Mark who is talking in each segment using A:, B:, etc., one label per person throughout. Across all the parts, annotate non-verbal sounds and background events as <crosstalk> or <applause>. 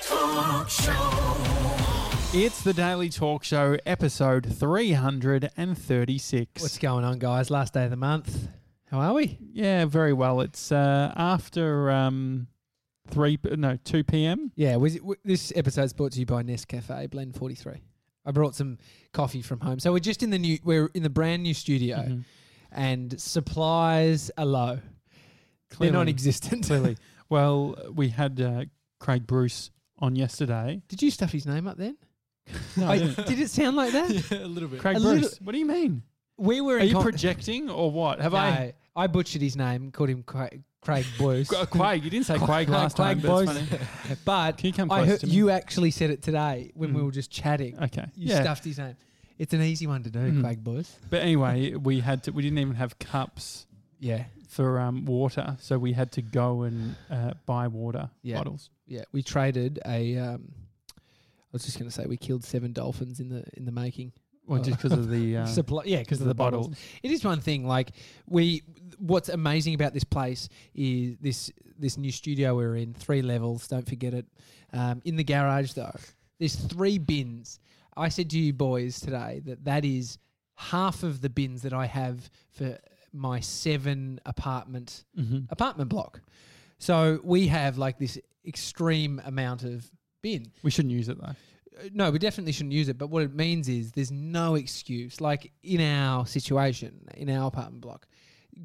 A: Talk Show.
B: It's the Daily Talk Show, episode 336.
C: What's going on, guys? Last day of the month. How are we?
B: yeah, very well. It's uh, after um, 3, p- no, 2 p.m.
C: Yeah, was it, w- this episode's brought to you by Nescafe Blend 43. I brought some coffee from home. So we're just in the new, we're in the brand new studio
B: Mhm.
C: and supplies are low.
B: Clearly.
C: They're non existent.
B: Clearly. <laughs> Well, we had uh, Craig Bruce on yesterday.
C: <laughs> Did you stuff his name up <laughs> then?
B: No, I
C: I-
B: didn't.
C: did it sound like that?
D: <laughs> a little bit.
B: Craig
C: A
B: Bruce.
C: little-
B: what do you mean?
C: <laughs> We were
B: Are
C: in
B: you
C: con-
B: projecting or what? Have
C: no,
B: I?
C: I? butchered his name, called him Cra- <laughs> Craig Bruce.
B: Qu- Quag. You didn't say Quag last time.
C: Quag
B: but
C: Bruce.
B: it's funny.
C: <laughs> but
B: Can you come
C: I
B: close
C: heard
B: to me?
C: you actually said it today when we
B: Mm.
C: were just chatting.
B: Okay.
C: You
B: yeah.
C: stuffed his name. It's an easy one to do,
B: Mm.
C: Craig Bruce.
B: But anyway, we had to. We didn't even have cups
C: Yeah,
B: for um, water, so we had to go and uh, buy water
C: Yeah.
B: bottles.
C: yeah. We traded a. Um, I was just going to say we killed seven dolphins in the in the making.
B: Well, just because of <laughs> the uh,
C: Supply, yeah, because of the, bottles. It is one thing. Like we, what's amazing about this place is this this new studio we're in. Three levels. Don't forget it. Um, in the garage though, there's three bins. I said to you boys today that that is half of the bins that I have for my seven apartment
B: Mhm.
C: apartment block. So we have like this extreme amount of bin.
B: We shouldn't use it though.
C: Uh, No, we definitely shouldn't use it, but what it means is there's no excuse. Like in our situation, in our apartment block,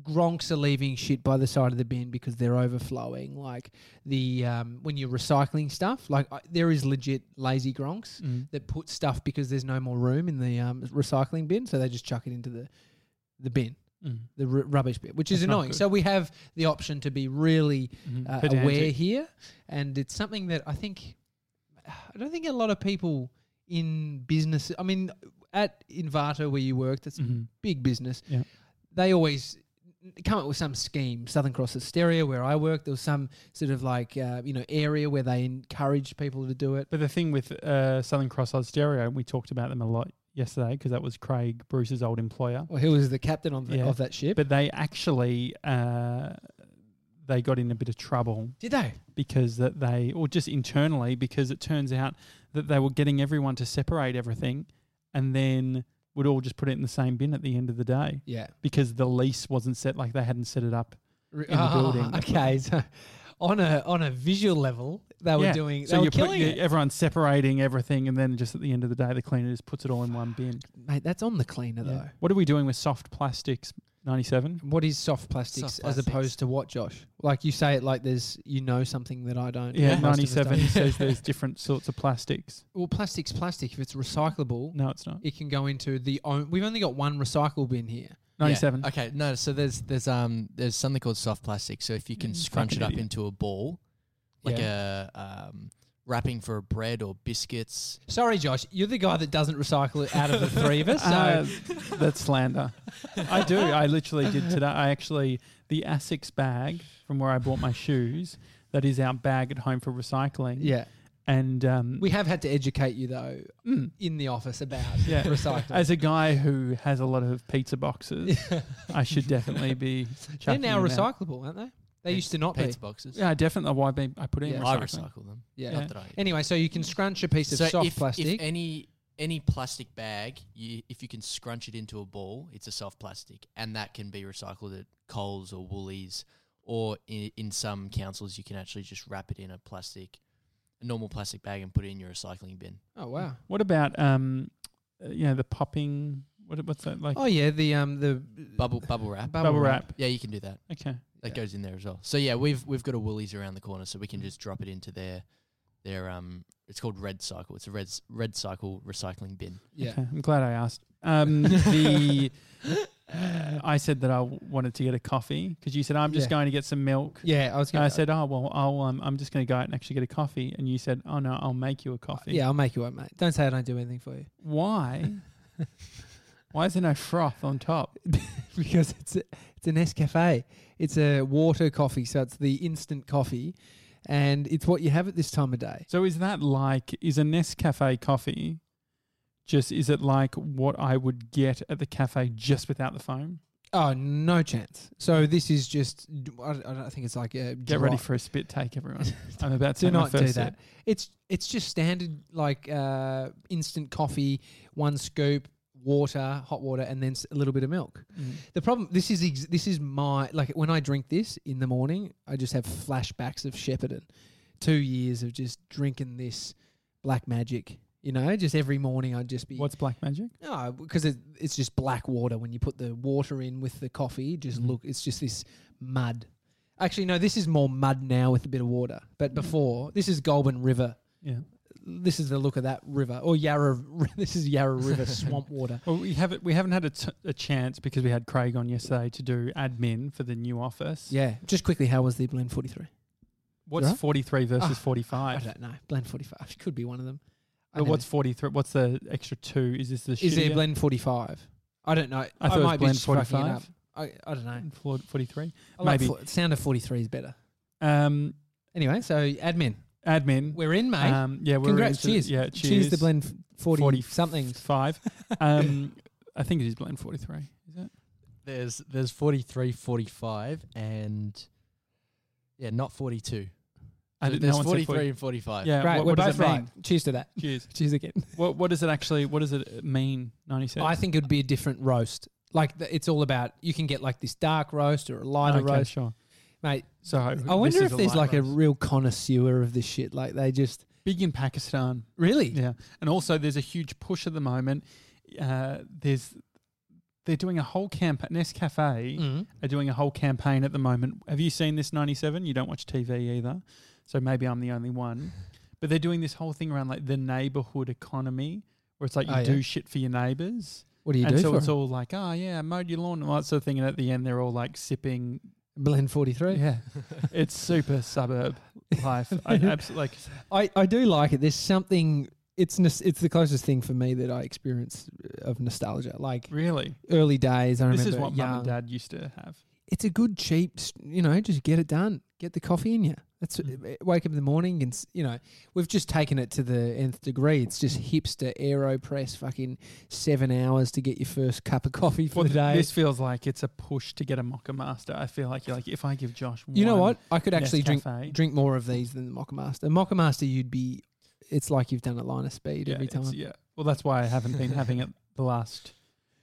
C: Gronks are leaving shit by the side of the bin because they're overflowing. Like the um, when you're recycling stuff, like I, there is legit lazy Gronks
B: Mm.
C: that put stuff because there's no more room in the um, recycling bin, so they just chuck it into the the bin,
B: Mm.
C: the r- rubbish bin, which is
B: That's not
C: annoying.
B: good.
C: So we have the option to be really
B: Mhm.
C: uh,
B: Pedantic.
C: aware here, and it's something that I think I don't think a lot of people in business. I mean, at Invato where you work, that's
B: Mhm.
C: big business.
B: Yeah.
C: They always come up with some scheme. Southern Cross Hysteria, where I work, there was some sort of like uh, you know area where they encourage people to do it.
B: But the thing with uh, Southern Cross Oz Stereo, we talked about them a lot yesterday because that was Craig Bruce's old employer.
C: Well, who was the captain of, the,
B: Yeah.
C: of that ship?
B: But they actually uh, they got in a bit of trouble
C: Did they?
B: because that they, or just internally, because it turns out that they were getting everyone to separate everything, and then would all just put it in the same bin at the end of the day
C: Yeah.
B: because the lease wasn't set like they hadn't set it up.
C: <laughs>
B: in the building.
C: Ah, Okay, so on a on a visual level, they were doing. They
B: so
C: were
B: you put
C: killing
B: you,
C: it.
B: everyone separating everything, and then just at the end of the day, the cleaner just puts it all in one bin.
C: Mate, that's on the cleaner
B: e- Yeah.
C: though.
B: What are we doing with soft plastics? Ninety-seven.
C: What is soft plastics,
D: Soft
C: as
D: plastics.
C: opposed to what, Josh? Like you say it like there's you know something that I don't.
B: Yeah,
C: Most of us
B: ninety-seven
C: don't.
B: says there's different sorts of plastics.
C: Well, plastic's plastic. If it's recyclable,
B: No, it's not.
C: it can go into the. Own, we've only got one recycle bin here.
B: Ninety-seven.
C: Uh,
D: Yeah. Okay, Uh, no. So there's there's um there's something called soft plastic. So if you can
B: Mm,
D: scrunch
B: fucking
D: it up
B: idiot.
D: into a ball, like a um, wrapping for a bread or biscuits.
C: Sorry, Josh, you're the guy that doesn't recycle it out of the three of us. So
B: <laughs> Uh, that's slander. I do. I literally did today. I actually the Asics bag from where I bought my shoes. That is our bag at home for recycling.
C: yeah,
B: and um,
C: we have had to educate you though
B: Mm.
C: in the office about
B: <laughs> Yeah.
C: recycling.
B: as a guy who has a lot of pizza
C: <laughs>
B: boxes, I should definitely be.
C: They're
B: chucking
C: now
B: them out.
C: recyclable, aren't they? They used to not be.
D: pizza boxes.
B: Yeah, definitely. Why be? I put it in
C: Yeah.
D: I
B: recycling.
D: recycle them.
C: Yeah.
B: Yeah.
D: Not that I.
C: Anyway, so you can scrunch a piece of
D: so
C: soft
D: if,
C: plastic.
D: if any any plastic bag, you, if you can scrunch it into a ball, it's a soft plastic, and that can be recycled at Coles or Woolies, or in, in some councils you can actually just wrap it in a plastic, a normal plastic bag, and put it in your recycling bin.
C: oh wow.
B: What about um, uh, you know, the popping? What, what's that like?
C: Oh yeah, the um the
D: Bubble bubble wrap.
C: bubble,
B: bubble wrap.
D: Yeah, you can do that.
B: Okay.
D: That
C: Yeah.
D: goes in there as well. So yeah, we've we've got a Woolies around the corner, so we can just drop it into their their um. It's called Red Cycle. It's a red s- Red Cycle recycling bin.
C: Yeah.
B: Okay. I'm glad I asked.
C: <laughs>
B: Um, the uh, I said that I w- wanted to get a coffee because you said I'm just
C: Yeah.
B: going to get some milk.
C: Yeah, I was
B: And
C: going
B: I
C: to say.
B: said, oh well, I'll, um, I'm just going to go out and actually get a coffee. And you said, oh no, I'll make you a coffee.
C: Yeah, I'll make you one, mate. Don't say I don't do anything for you <laughs>
B: Why? Why is there no froth on top?
C: because it's a, it's an Nescafe. It's a water coffee, so it's the instant coffee, and it's what you have at this time of day.
B: So is that like is a Nescafe coffee? Just is it like what I would get at the cafe just without the foam?
C: Oh, no chance. So this is just. I, I don't think it's like a
B: Get ready for a spit take, <laughs> everyone. I'm about to
C: Do
B: take my
C: not do
B: first
C: that.
B: sip.
C: It's it's just standard like uh, instant coffee, one scoop, water, hot water, and then s- a little bit of milk.
B: Mm.
C: The problem this is ex- this is my like when I drink this in the morning, I just have flashbacks of Shepparton, two years of just drinking this black magic. You know, just every morning I'd just be
B: What's black magic?
C: no because it, it's just black water when you put the water in with the coffee. Just
B: Mhm.
C: look, it's just this mud. Actually, no, this is more mud now with a bit of water. But before, this is Goulburn River.
B: Yeah.
C: This is the look of that river or Yarra. <laughs> This is Yarra River swamp water.
B: Well, we haven't we haven't had a, t- a chance because we had Craig on yesterday to do admin for the new office.
C: Yeah. Just quickly, how was the Blend Forty Three?
B: What's
C: Yeah.
B: 43 versus
C: Ah, I
B: 45?
C: don't know. Blend 45 <laughs> could be one of them. I
B: But
C: never-
B: what's 43? What's the extra two? Is this the
C: is there
B: shittier?
C: blend 45? I don't know. I,
B: I thought it was
C: might be
B: blend
C: just fucking it
B: 45.
C: up. I, I don't know.
B: Flo- 43.
C: I like
B: Maybe.
C: fo- sound of 43 is better.
B: Um,
C: Anyway, so admin,
B: admin.
C: we're in, mate.
B: Um, yeah, we're
C: Congrats.
B: into-
C: Cheers.
B: Yeah,
C: Choose
B: cheers.
C: the blend f- 40, something.
B: Five. <laughs> Um, I think it is blend 43. Is it?
D: There's there's 43, 45, and yeah, not 42.
B: I
D: So
B: didn't- no
D: there's
B: one said
D: 43
B: 40.
D: and 45.
B: Yeah,
C: <laughs> Right,
B: what,
C: we're
B: what does
C: both
B: it mean?
C: right. Cheers to that.
B: Cheers.
C: Cheers again.
B: What, what does it actually, what does it mean, 97?
C: <laughs> I think it'd be a different roast. Like th- it's all about you can get like this dark roast or a lighter
B: okay, Oh,
C: roast,
B: sure.
C: mate.
B: So
C: I wonder if there's like a
B: roast.
C: real connoisseur of this shit. Like they just
B: big in Pakistan.
C: really
B: Yeah, and also there's a huge push at the moment. Uh, there's they're doing a whole campaign. Nescafe
C: Mm.
B: are doing a whole campaign at the moment. Have you seen this 97? You don't watch TV either, so maybe I'm the only one. But they're doing this whole thing around like the neighborhood economy, where it's like you
C: Oh, yeah.
B: do shit for your neighbors,
C: What do you
B: and
C: do
B: so
C: for
B: it's
C: it?
B: all like, oh yeah, I mowed your lawn and all that sort of thing. And at the end, they're all like sipping.
C: blend forty three?
B: Yeah, <laughs> it's super suburb life. I
C: <laughs>
B: absolutely like.
C: I, I do like it. There's something. It's nos- it's the closest thing for me that I experienced of nostalgia. Like
B: Really,
C: early days, I
B: this
C: remember.
B: is what mum
C: young.
B: and dad used to have.
C: It's a good cheap. s- You know, just get it done. Get the coffee in you. That's
B: Mm.
C: wake up in the morning and s- you know we've just taken it to the nth degree. It's just hipster Aeropress. Fucking seven hours to get your first cup of coffee for
B: Well,
C: the day.
B: this feels like it's a push to get a mocha master. I feel like you're like if I give Josh,
C: you know
B: one
C: what? I could actually drink
B: Nescafe-
C: drink more of these than the Mocha Master. Mocha Master, you'd be. It's like you've done a line of speed
B: yeah,
C: every
B: it's-
C: time.
B: Yeah. Well, that's why I haven't been having it the last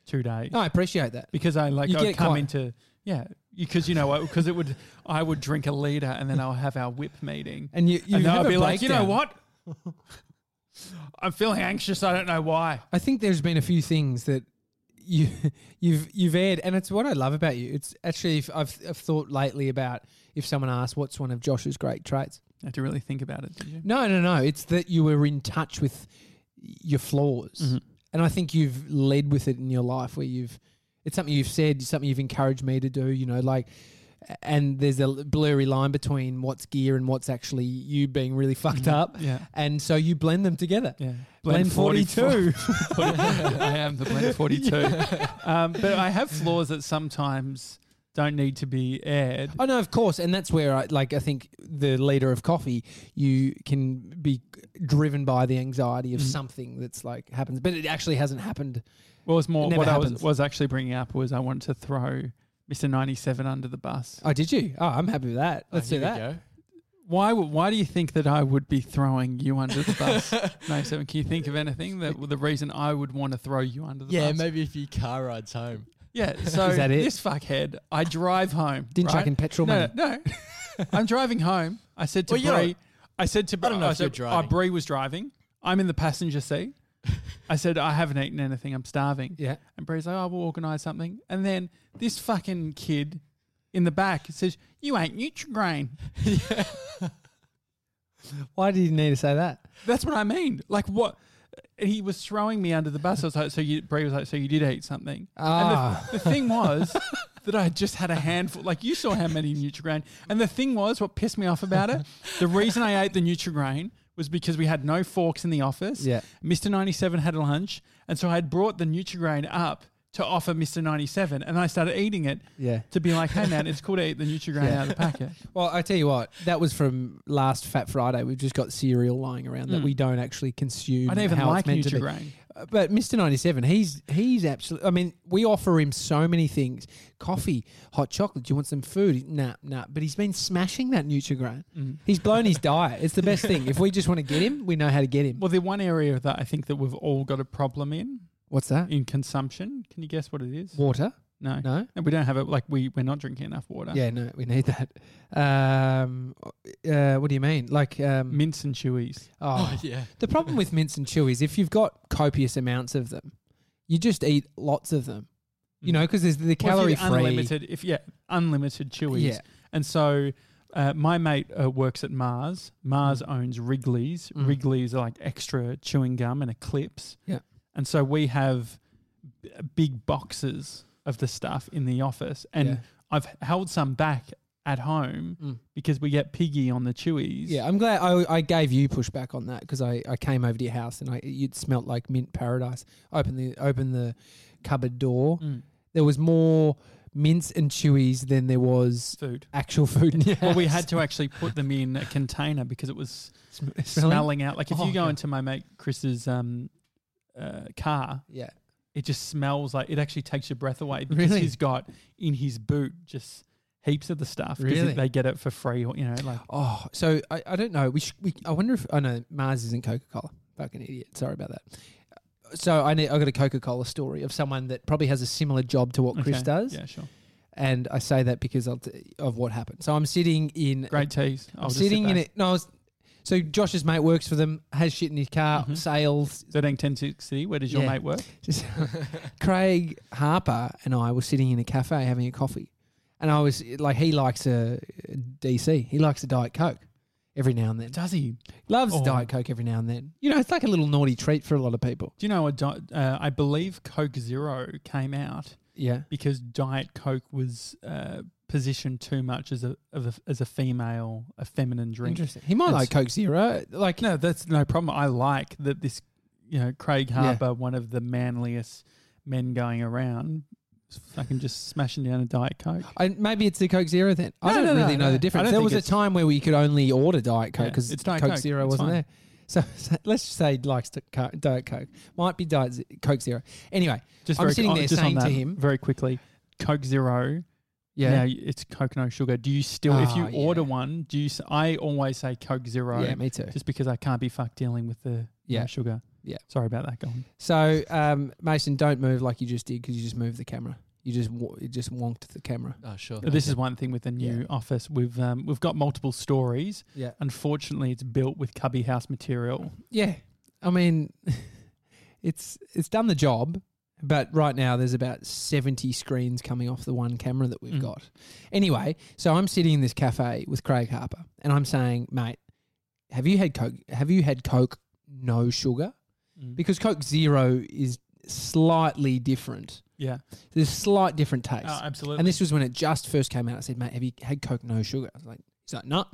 B: two days
C: No, I appreciate that.
B: because I like
C: You
B: I
C: get
B: come
C: quite-
B: into yeah because you know because it would I would drink a liter and then I'll have our whip meeting
C: And you, you
B: and then
C: have
B: I'll
C: a
B: be like you know
C: breakdown.
B: what <laughs> I'm feeling anxious I don't know why
C: I think there's been a few things that you <laughs> you've you've aired, and it's what I love about you. It's actually if I've I've thought lately about if someone asked what's one of Josh's great traits.
B: I had to really think about it did you
C: No, no, no. It's that you were in touch with your flaws,
B: Mhm.
C: and I think you've led with it in your life where you've. It's something you've said, something you've encouraged me to do. You know, like. And there's a blurry line between what's gear and what's actually you being really fucked
B: Mhm.
C: up.
B: yeah
C: And so you blend them together.
B: yeah
C: Mm-hmm. Blend, 42. <laughs>
B: I am the blend 42. <laughs> Um, but I have flaws that sometimes don't need to be aired.
C: Oh no, of course, and that's where I like. I think the leader of coffee, you can be driven by the anxiety of
B: Mm.
C: something that's like happens, but it actually hasn't happened.
B: Well, it's more
C: It never
B: what I was,
C: happens.
B: was actually bringing up was I wanted to throw Mr. 97 under the bus.
C: Oh, did you? Oh, I'm happy with that.
D: Oh,
C: Let's
D: here
C: do
D: we
C: that.
D: go.
B: Why would, why do you think that I would be throwing you under the
C: <laughs>
B: bus? 97, can you think of anything that the reason I would want to throw you under the
D: Yeah,
B: bus?
D: maybe a few car rides home.
C: <laughs>
B: Yeah, so
C: Is that it?
B: this fuckhead, I drive home.
C: Didn't
B: right?
C: chuck in petrol
B: no,
C: money.
B: No, no. I'm driving home. I said to
D: Well, you're-
B: Bree, I said to
D: I don't know if
B: said,
D: you're driving.
B: Oh, Bree was driving. I'm in the passenger seat. I said, I haven't eaten anything. I'm starving.
C: Yeah.
B: And Bree's like, oh, we'll organise something. And then this fucking kid in the back says, you ain't Nutrigrain.
C: Why did you need to say that?
B: That's what I mean. Like what? And he was throwing me under the bus. I was like, so you, Bree was like, so you did eat something.
C: Ah,
B: The thing was that I just had a handful. Like you saw how many Nutrigrain. And the thing was, what pissed me off about it, the reason I ate the Nutrigrain was because we had no forks in the office.
C: yeah.
B: Mr. 97 had lunch. And so I had brought the Nutrigrain up to offer Mr. 97. And I started eating it
C: Yeah.
B: to be like, hey, man, it's cool to eat the Nutri-Grain out
C: Yeah.
B: of the
C: <laughs>
B: packet.
C: Well, I tell you what, that was from last Fat Friday. We've just got cereal lying around that
B: Mm.
C: we don't actually consume.
B: I don't even
C: how
B: like
C: it's meant to be.
B: Nutri-Grain.
C: Uh, But Mr. 97, he's he's absolutely. I mean, we offer him so many things: coffee, hot chocolate. Do you want some food? Nah, nah. But he's been smashing that Nutri-Grain.
B: Mm.
C: He's blown his diet. It's the best thing. If we just want to get him, we know how to get him.
B: Well, the one area that I think that we've all got a problem in,
C: What's that?
B: in consumption, can you guess what it is?
C: Water?
B: No.
C: No.
B: And we don't have it, like we, we're not drinking enough water.
C: Yeah, no, we need that. Um, uh, what do you mean? Like, um,
B: Mints and chewies.
C: oh,
D: yeah.
C: The problem with mints and chewies, if you've got copious amounts of them, you just eat lots of them. You know, because there's the
B: Mm. Mm-hmm. Well,
C: calorie
B: if you
C: free.
B: unlimited if yeah unlimited chewies
C: Yeah.
B: and so uh, my mate uh, works at mars mars owns wrigley's
C: Mm.
B: wrigley's are like extra chewing gum and eclipse
C: Yeah.
B: and so we have b- big boxes of the stuff in the office and
C: Yeah.
B: i've held some back at home
C: Mm.
B: because we get piggy on the chewies
C: Yeah, I'm glad I, I gave you pushback on that because I, I came over to your house and I you'd smelt like mint paradise. Open the open the cupboard door.
B: Mm.
C: There was more mints and chewies than there was <laughs>
B: food
C: actual food. In your
B: <laughs> well, we
C: house.
B: had to actually put them in a container because it was
C: <laughs> Sm- smelling?
B: smelling out. Like if
C: Oh,
B: you go
C: okay.
B: into my mate Chris's um, uh, car,
C: Yeah,
B: it just smells like it actually takes your breath away because
C: Really?
B: he's got in his boot just heaps of the stuff because
C: Really?
B: they get it for free or you know like
C: Oh, so I, I don't know. We, sh- we I wonder if I know Mars isn't Coca Cola. Fucking idiot. Sorry about that. So I need I got a Coca Cola story of someone that probably has a similar job to what Chris
B: okay,
C: does,
B: yeah sure
C: and I say that because I'll t- of what happened. So I'm sitting in.
B: great teas
C: I'm sitting in it. No, I was, so Josh's mate works for them. Has shit in his car.
B: Mhm.
C: <laughs> Sales.
B: 13 10 60 where does your
C: Yeah.
B: mate work
C: Just- Craig Harper and I were sitting in a cafe having a coffee, and I was like, he likes a a DC. He likes a Diet Coke every now and then.
B: does he do
C: Loves
B: Oh.
C: Diet Coke every now and then. You know, it's like a little naughty treat for a lot of people.
B: you know a di- uh, I believe Coke Zero came out
C: Yeah.
B: because Diet Coke was uh, positioned too much as a, of a as a female a feminine drink
C: Interesting. He might
B: It's-
C: like Coke Zero. Like,
B: No, that's no problem. I like that this, you know, Craig Harper, one of the manliest men going around, is fucking just smashing down a Diet Coke.
C: I, maybe it's the Coke Zero then. I
B: No,
C: don't
B: no, no,
C: really know
B: no.
C: the
B: I
C: difference.
B: don't
C: There
B: think
C: was a
B: it's-
C: time where we could only order Diet Coke
B: Yeah,
C: because
B: it's
C: Coke,
B: Diet Coke.
C: Zero
B: It's
C: wasn't
B: fine.
C: there. <laughs> So, so let's just say he likes to co- Diet Coke. Might be Diet Z- Coke Zero. Anyway,
B: Just
C: I'm
B: very,
C: sitting
B: oh,
C: there
B: just on
C: saying to
B: that,
C: him-
B: very quickly, Coke Zero. now
C: yeah,
B: it's Coke no sugar. Do you still, if you
C: Ah,
B: order
C: yeah.
B: one, do you? s- I always say Coke Zero,
C: yeah, me too.
B: just because I can't be fucked dealing with the
C: Yeah.
B: no sugar.
C: Yeah.
B: sorry about that. Gone.
C: So um, Mason, don't move like you just did because you just moved the camera. You just wa- you just wonked the camera.
D: Oh, sure.
B: This is one thing with the new office. We've um, we've got multiple stories.
C: Yeah.
B: Unfortunately, it's built with cubby house material.
C: Yeah, I mean, <laughs> it's it's done the job, but right now there's about seventy screens coming off the one camera that we've
B: Mm.
C: got. Anyway, so I'm sitting in this cafe with Craig Harper, and I'm saying, mate, have you had Coke? Have you had Coke no sugar? Because Coke Zero is slightly different.
B: yeah,
C: There's slight different taste.
B: Oh, absolutely.
C: And this was when it just first came out. I said, mate, have you had Coke no sugar? I was like, he's like, no. I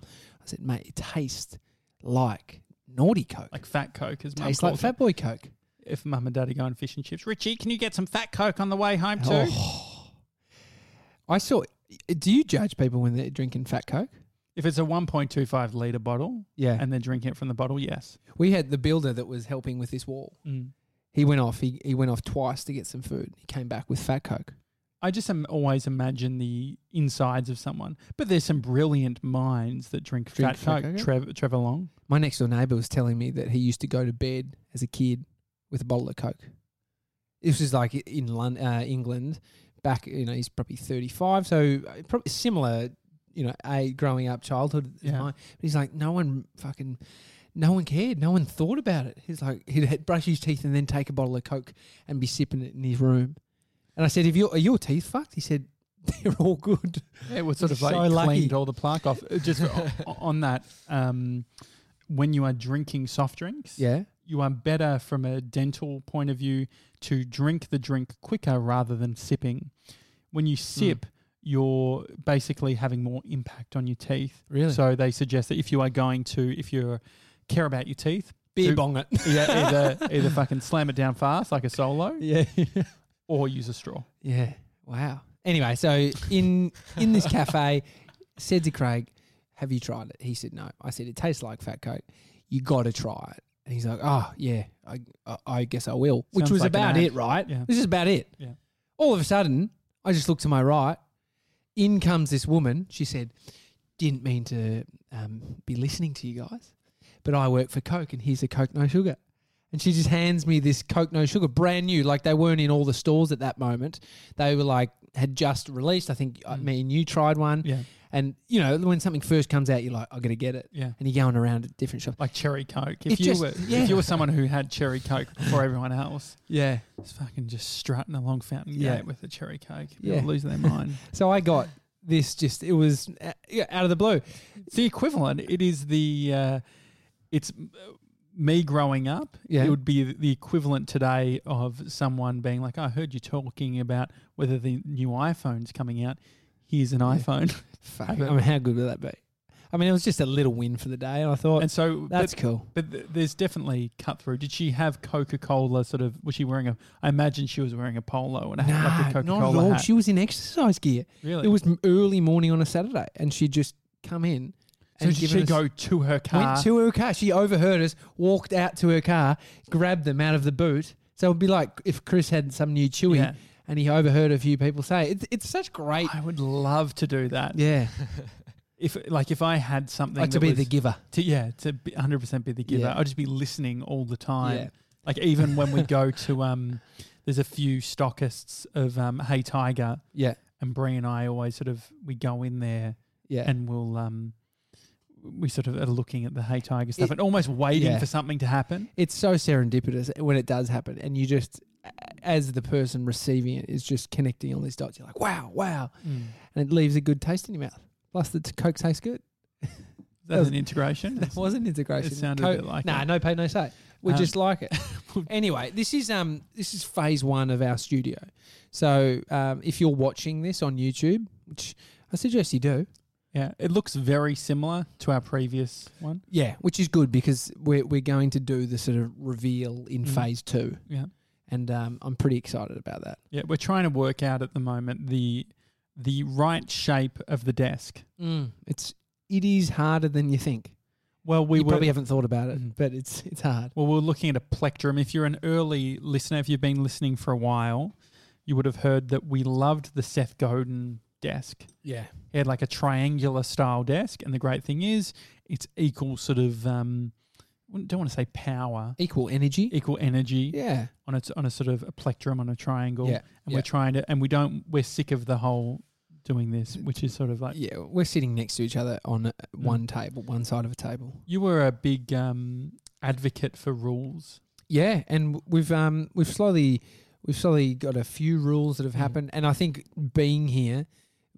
C: said, mate, it tastes like naughty Coke.
B: like fat Coke as mum
C: tastes like
B: calls
C: Fat Boy Coke.
B: it. If mum and daddy go on fish and chips, Richie, can you get some fat Coke on the way home too?
C: Oh. I saw. Do you judge people when they're drinking fat Coke?
B: If it's a 1.25 liter bottle
C: Yeah.
B: and they're drinking it from the bottle, yes. Mm.
C: we had the builder that was helping with this wall. He went off. He, he went off twice to get some food. He came back with fat Coke.
B: I just am always imagine the insides of someone, but there's some brilliant minds that drink,
C: Drink
B: fat
C: fat
B: Coke.
C: Coke, yeah.
B: Trev, Trevor Long,
C: My next door neighbor was telling me that he used to go to bed as a kid with a bottle of Coke. This was like in Lon- uh, England back. You know, he's probably thirty five, so uh, probably similar. You know, a growing up childhood. Is
B: Yeah.
C: mine. But he's like, no one fucking, no one cared. No one thought about it. He's like, he'd had- brush his teeth and then take a bottle of Coke and be sipping it in his room. And I said, "Have your are your teeth fucked?" He said, <laughs> "They're all good."
B: yeah, was sort of
C: So
B: like
C: lucky.
B: cleaned all the plaque off. Uh, <laughs> Just o- on that, um, when you are drinking soft drinks,
C: Yeah.
B: you are better from a dental point of view to drink the drink quicker rather than sipping. When
C: Hmm.
B: you sip, you're basically having more impact on your teeth.
C: Really?
B: So they suggest that if you are going to, if you care about your
C: <laughs>
B: teeth,
C: Beer
B: do-
C: bong it.
B: <laughs> yeah, either either fucking slam it down fast like a solo,
C: yeah.
B: or use a straw.
C: Yeah. Wow. Anyway, so in
B: <laughs>
C: in this cafe, said to Craig, "Have you tried it?" He said, "No." I said, "It tastes like fat coke. You got to try it." And he's like, "Oh yeah, I I, I guess I will." Which
B: Sounds
C: was
B: like an
C: about
B: ad.
C: it, right?
B: Yeah.
C: This is about it.
B: Yeah.
C: All of a sudden, I just look to my right. In comes this woman. She said, "Didn't mean to um, be listening to you guys, but I work for Coke, and here's a Coke no sugar." And she just hands me this Coke no sugar, brand new. Like they weren't in all the stores at that moment. They were like had just released. I think uh
B: Mm.
C: me and you tried one.
B: Yeah,
C: And you know when something first comes out, you're like, "I'm gonna get it."
B: yeah.
C: And you're going around at different shops.
B: Like cherry coke. If
C: It
B: you
C: just-
B: were
C: yeah.
B: if you were someone who had cherry coke before everyone else,
C: Yeah.
B: it's fucking just strutting along Fountain
C: Yeah.
B: Gate with a cherry coke.
C: Yeah.
B: People lose their mind.
C: So I got this. Just it was uh, yeah, out of the blue.
B: it's the equivalent. It is the uh, it's uh, me growing up.
C: Yeah.
B: It would be the equivalent today of someone being like, "I heard you talking about whether the new iPhone's coming out. Here's an
C: Yeah.
B: iPhone."
C: Fuck. I mean, how good would that be? I mean, it was just a little win for the day, and I thought
B: and so but-
C: that's cool.
B: But th- there's definitely cut through. Did she have Coca Cola? Sort of. Was she wearing a? I imagine she was wearing a polo and a hat, like a Coca
C: not at all.
B: Cola hat.
C: She was in exercise gear.
B: really?
C: It was m- early morning on a Saturday, and she'd just come in.
B: so
C: and
B: did
C: given
B: she
C: us-
B: go to her car?
C: Went to her car. She overheard us, walked out to her car, grabbed them out of the boot. So it'd be like if Chris had some new Chewy,
B: Yeah.
C: and he overheard a few people say, it. "It's, it's
B: <sighs>
C: such great."
B: I would love to do that.
C: Yeah,
B: If like if I had something
C: like to
B: that
C: be
B: was-
C: the giver.
B: to, yeah to be 100 percent be the giver.
C: Yeah.
B: I'd just be listening all the time.
C: Yeah.
B: Like even when we go to um, there's a few stockists of um, Hey Tiger
C: Yeah,
B: and Bree and I always sort of we go in there
C: yeah.
B: and we'll um we sort of are looking at the hey tiger stuff
C: It-
B: and almost waiting
C: yeah.
B: for something to happen
C: it's so serendipitous when it does happen and you just as the person receiving it is just connecting all these dots you're like wow wow and it leaves a good taste in your mouth plus the t- coke tastes good
B: that's
C: was-
B: an
C: <laughs>
B: integration
C: that was an integration
B: it sounded a
C: coke,
B: bit like
C: nah
B: it.
C: no pay no say we
B: Um,
C: just
B: <laughs>
C: like it anyway this is um this is phase one of our studio so um, if you're watching this on youtube which i suggest you do
B: yeah it looks very similar to our previous one
C: yeah which is good because we're, we're going to do the sort of reveal in
B: Mhm.
C: phase two
B: Yeah.
C: and um, i'm pretty excited about that
B: yeah we're trying to work out at the moment the the right shape of the desk
C: Mm. It's it is harder than you think.
B: well we
C: you
B: were
C: probably haven't thought about it,
B: Mm.
C: but it's it's hard.
B: well we we're looking at a plectrum if you're an early listener if you've been listening for a while you would have heard that we loved the seth godin desk
C: Yeah.
B: He had like a triangular style desk, and the great thing is it's equal sort of um, I don't want to say power,
C: Equal energy.
B: equal energy
C: Yeah.
B: on a on a sort of a plectrum on a triangle.
C: Yeah,
B: and
C: yeah.
B: we're trying to, and we don't, we're sick of the whole doing this, which is sort of like
C: Yeah. We're sitting next to each other on uh,
B: Mm.
C: one table, one side of a table.
B: you were a big um, advocate for rules.
C: Yeah, and we've um we've slowly we've slowly got a few rules that have
B: Mm.
C: happened, and I think being here,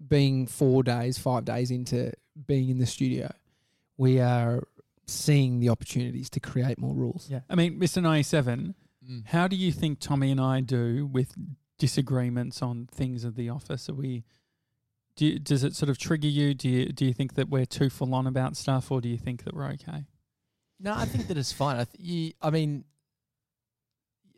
C: being four days, five days into being in the studio, we are seeing the opportunities to create more rules.
B: Yeah, I mean, Mister Ninety Seven,
D: Mm.
B: how do you think Tommy and I do with disagreements on things of the office? Are we do you, does it sort of trigger you? Do you do you think that we're too full on about stuff, or do you think that we're okay?
D: No, I think that it's fine. I, th- you, I mean,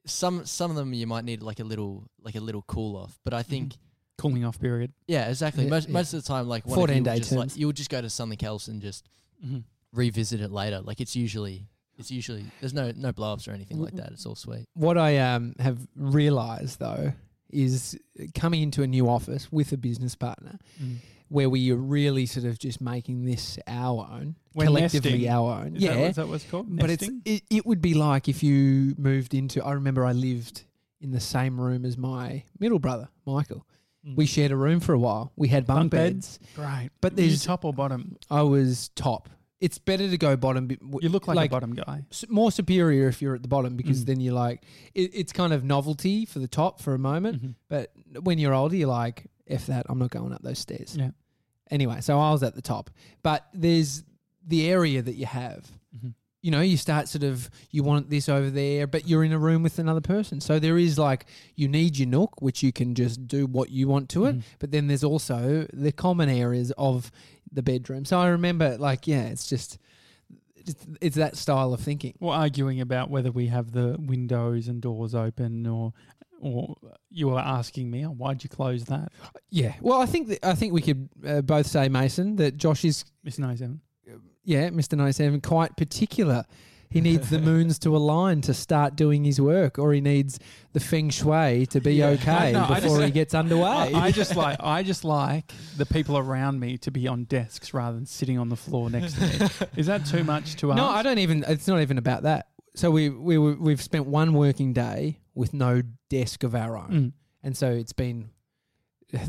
D: some some of them you might need like a little like a little cool off, but I think
B: Cooling off period.
D: yeah, exactly.
C: Mm-hmm. Yeah,
D: most
C: yeah.
D: most of the time, like one
C: 14
D: of you
C: day
D: will just like
C: terms.
D: you'll just go to something else and just
B: Mm-hmm.
D: revisit it later. Like it's usually it's usually there's no no blow ups or anything
C: Mm-hmm.
D: like that. It's all sweet.
C: what I um, have realized though is coming into a new office with a business partner
B: Mm.
C: where we are really sort of just making this our own,
B: We're
C: collectively
B: nesting.
C: our own.
B: Is,
C: yeah,
B: that, what- is that what it's called?
C: but it's it, it would be like if you moved into. I remember I lived in the same room as my middle brother Michael.
B: Mm.
C: We shared a room for a while. We had bunk,
B: Bunk
C: beds.
B: beds. right.
C: but
B: But there's
C: there's-
B: top or bottom.
C: I was top. It's better to go bottom. be- w-
B: You look like,
C: like
B: a bottom guy.
C: s- more superior if you're at the bottom because
B: Mm.
C: then you're like it, it's kind of novelty for the top for a moment
B: Mhm.
C: but when you're older you're like if that i'm not going up those stairs
B: Yeah.
C: anyway so i was at the top but there's the area that you have
B: Mhm.
C: you know you start sort of you want this over there but you're in a room with another person so there is like you need your nook which you can just do what you want to it
B: Mhm.
C: but then there's also the common areas of the bedroom so i remember like yeah it's just it's, it's that style of thinking
B: We're arguing about whether we have the windows and doors open or or you were asking me, "Oh, why'd you close that?
C: Yeah. Well, I think that, I think we could uh, both say Mason that Josh is
B: Miss 97.
C: yeah, Mr. 97 quite particular. He
B: <laughs>
C: needs the moons to align to start doing his work or he needs the feng shui to be
B: Yeah. <laughs>
C: okay
B: No, I
C: before
B: just-
C: he gets underway.
B: I, I just like I just like the people around me to be on desks rather than sitting on the floor next to me. Is that too much to ask?
C: No, I don't even. It's not even about that. So we we were- we've spent one working day with no desk of our own,
B: Mm.
C: and so it's been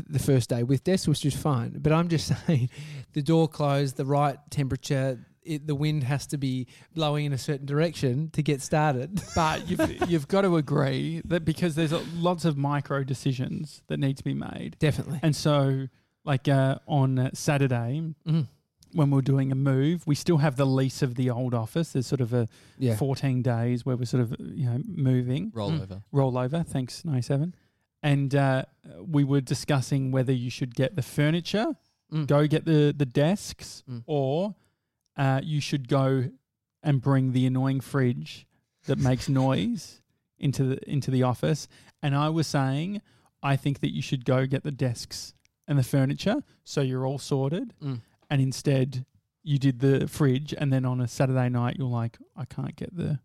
C: the first day with desk, which is fine. But I'm just <laughs> saying, the door closed, the right temperature, it, the wind has to be blowing in a certain direction to get started.
B: But you've, you've got to agree that because there's a, lots of micro decisions that need to be made,
C: Definitely.
B: and so like uh, on uh, Saturday
C: Mm.
B: when we're doing a move, we still have the lease of the old office. There's sort of a
C: Yeah.
B: 14 days where we're sort of you know moving
D: Roll
C: Mm.
D: over.
B: rollover. Thanks, 97. And uh, we were discussing whether you should get the furniture,
C: Mm.
B: go get the, the desks,
C: Mm.
B: or uh, you should go and bring the annoying fridge that
C: <laughs>
B: makes noise into the, into the office. And I was saying, I think that you should go get the desks and the furniture so you're all sorted.
C: Mm.
B: And instead, you did the fridge, and then on a Saturday night, you're like, I can't get the,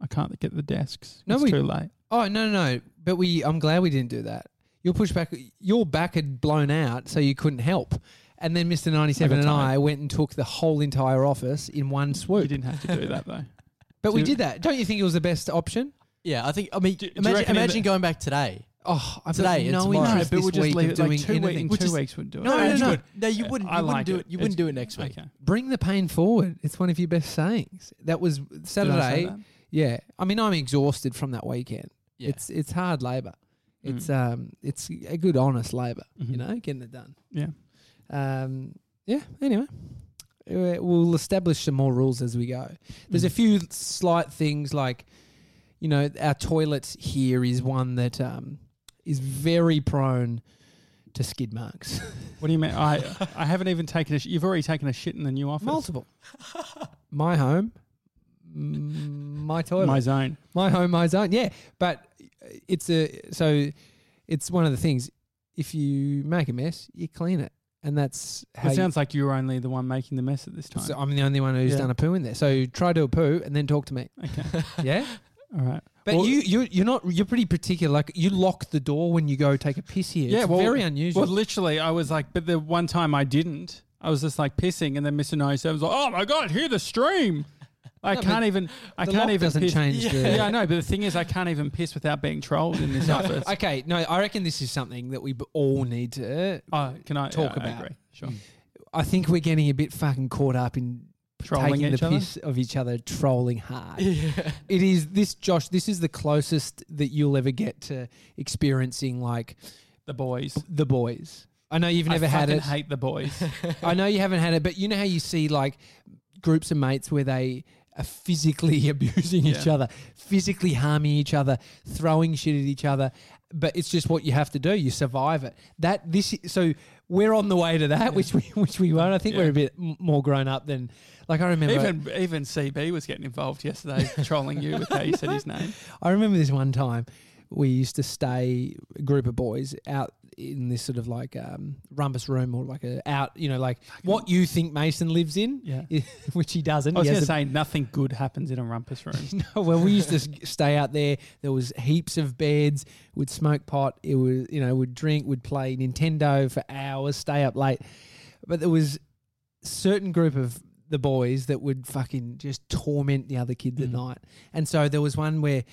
B: I can't get the desks.
C: No,
B: it's
C: we-
B: too late.
C: Oh no, no, no. But we. I'm glad we didn't do that. Your pushback, your back had blown out, so you couldn't help. And then Mr. 97
B: I
C: and
B: got
C: I went and took the whole entire office in one swoop.
B: You didn't have to do that though.
C: But we
B: Do-
C: did that. Don't you think it was the best option?
D: Yeah, I think. I mean,
B: do you
D: imagine,
B: reckon in
D: imagine
B: the-
D: going back today.
C: Oh, I've
D: Today and
C: got no
D: tomorrow.
B: no,
C: interest
B: but
C: this
B: we'll just
C: week
B: leave
C: of
B: it
C: doing
B: like two weeks.
C: anything.
B: In
C: Which
B: two
C: is-
B: weeks we'd do it.
D: No, no,
C: it's
D: no,
C: good.
D: no. You wouldn't. You
B: I
D: wouldn't
B: like
D: do
B: it.
D: it. You
B: It's-
D: wouldn't do it next week.
B: Okay.
C: Bring the pain forward. It's one of your best sayings. That was
B: Did I say
C: Saturday.
B: that?
C: Yeah, I mean, I'm exhausted from that weekend.
D: Yeah.
C: It's it's hard labor.
B: Mm.
C: It's um it's a good honest labor.
B: Mhm.
C: You know, getting it done.
B: Yeah.
C: Um. Yeah. Anyway, Uh, we'll establish some more rules as we go. There's a
B: Mhm.
C: few slight things like, you know, our toilets here is one that um is very prone to skid marks.
B: What do you mean? I I haven't even taken a. Sh- you've already taken a shit in the new office.
C: Multiple. my home, m- my toilet.
B: My zone.
C: My home, my zone. Yeah, but it's a so it's one of the things. If you make a mess, you clean it, and that's how.
B: It
C: you-
B: sounds like you were only the one making the mess at this time.
C: so I'm the only one who's
B: Yeah.
C: done a poo in there. So try do a poo and then talk to me.
B: okay.
C: <laughs> Yeah,
B: All right.
C: but
B: Well-
C: you you you're not you're pretty particular. Like you lock the door when you go take a piss here.
B: Yeah,
C: it's
B: well-
C: very unusual.
B: Well, literally, I was like, but the one time I didn't, I was just like pissing, and then Mister Nice was like, "Oh my god, hear the stream." I
C: No, but
B: can't even. I
C: the
B: can't
C: lock
B: even
C: doesn't
B: piss. <laughs>
C: change
D: Yeah.
C: the-
B: Yeah, I know, but the thing is, I can't even piss without being trolled in this office.
C: Okay, <laughs> no, I reckon this is something that we b- all need to.
B: Oh, can I
C: Uh, Talk
B: yeah, I
C: about.
B: agree. Mm. Sure.
C: I think we're getting a bit fucking caught up in
B: Trolling
C: taking
B: each
C: the
B: other.
C: piss of each other, trolling
B: <laughs>
C: hard.
D: yeah.
C: It is this, Josh. This is the closest that you'll ever get to experiencing like
B: The boys.
C: the boys. I know you've never
B: I
C: had
B: fucking
C: it.
B: Hate the
C: <laughs>
B: boys.
C: I know you haven't had it, but you know how you see like groups of mates where they are physically <laughs> abusing each
B: Yeah.
C: other, physically harming each other, throwing shit at each other. But it's just what you have to do. You survive it. That this i- so we're on the way to that, which we <laughs> which we won't. I think
B: Yeah.
C: we're a bit m- more grown up than like I remember.
B: Even even CB was getting involved
C: <laughs>
B: yesterday, trolling you with how you said his name.
C: I remember this one time we used to stay a group of boys out in this sort of like um, rumpus room or like a out, you know, like what you think Mason lives in, <laughs>
B: Yeah.
C: which he doesn't.
B: I was
C: He
B: going
C: has
B: to
C: a-
B: say nothing good happens in a rumpus
C: <laughs>
B: room.
C: no, well, we used to s- stay out there. There was heaps of beds. Would smoke pot. It was you know would drink. Would play Nintendo for hours. Stay up late. But there was certain group of the boys that would fucking just torment the other kids at
B: Mhm.
C: night. And so there was one where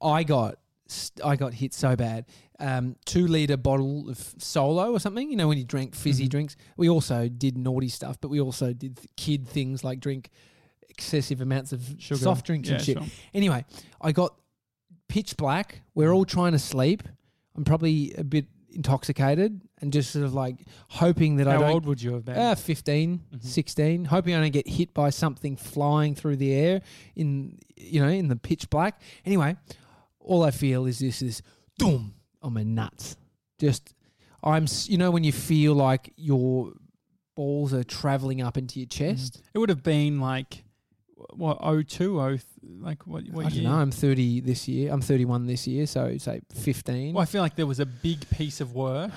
C: I got st- I got hit so bad. Um, two liter bottle of Solo or something. You know when you drank fizzy
B: Mhm.
C: drinks. We also did naughty stuff, but we also did th- kid things like drink excessive amounts of
B: Sugar.
C: soft drinks
B: Yeah,
C: and shit.
B: sure.
C: Anyway, I got pitch black. We're all trying to sleep. I'm probably a bit intoxicated and just sort of like hoping that I
B: How
C: don't
B: old would you have been?
C: uh, 15,
B: Mhm.
C: 16. Hoping I don't get hit by something flying through the air in, you know, in the pitch black. Anyway, all I feel is this is doom on my nuts. Just, I'm, s- you know, when you feel like your balls
B: Mm-hmm.
C: are traveling up into your chest.
B: oh It would have been like what 02, 03, Like what?
C: I
B: what
C: don't
B: year?
C: know. I'm 30 this year. I'm 31 this year, so say 15.
B: Well, I feel like there was a big piece of work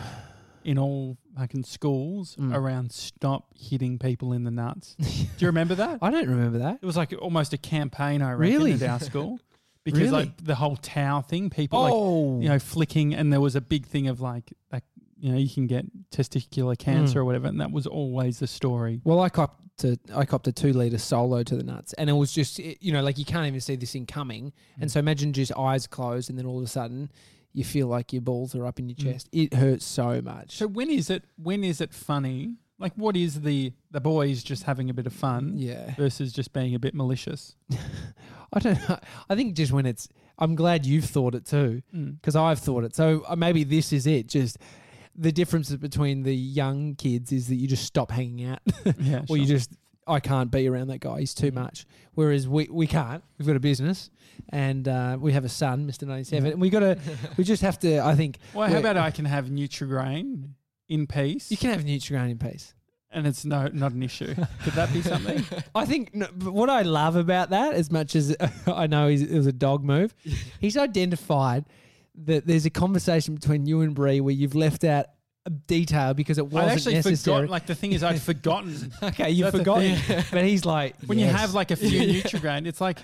B: in all fucking schools
C: Mm.
B: around stop hitting people in the nuts. Do you remember that?
C: <laughs> I don't remember that.
B: It was like almost a campaign. I reckon
C: Really?
B: at our
C: <laughs>
B: school because
C: Really?
B: like the whole towel thing, people like
C: oh,
B: you know, flicking, and there was a big thing of like, like you know, you can get testicular
C: Mm.
B: cancer or whatever, and that was always the story.
C: Well, I copped a, I copped a two liter solo to the nuts, and it was just it- you know like you can't even see this thing coming,
B: Mm.
C: and so imagine just eyes closed, and then all of a sudden you feel like your balls are up in your
B: Mm.
C: chest. It hurts so much.
B: So when is it? When is it funny? Like, what is the the boys just having a bit of fun
C: yeah,
B: versus just being a bit malicious?
C: I don't. know. <laughs> I think just when it's, I'm glad you've thought it too,
B: Mm.
C: because I've thought it. So uh, maybe this is it. Just the differences between the young kids is that you just stop hanging out,
B: Yeah,
C: or
B: sure.
C: you just I can't be around that guy. He's too
B: Mm-hmm.
C: much. Whereas we we can't. We've got a business, and uh, we have a son, Mister Ninety Seven, and we got to. we just have to. I think
B: Well, how
C: Wait.
B: about I can have Nutrigrain in peace,
C: you can have Nutrigrain in peace.
B: and it's no not an
C: <laughs>
B: issue. Could that be something?
D: <laughs>
C: I think no, but what I love about that, as much as <laughs> I know he's, it was a dog move, he's identified that there's a conversation between you and Bree where you've left out a detail because it
B: I
C: wasn't
B: actually
C: necessary.
B: forgot. Like the thing is,
C: <laughs>
B: I'd forgotten.
C: okay, you
B: That's the
C: forgot, but he's like
B: When you
C: yes.
B: have like a
C: <laughs>
B: few Nutrigrain, it's like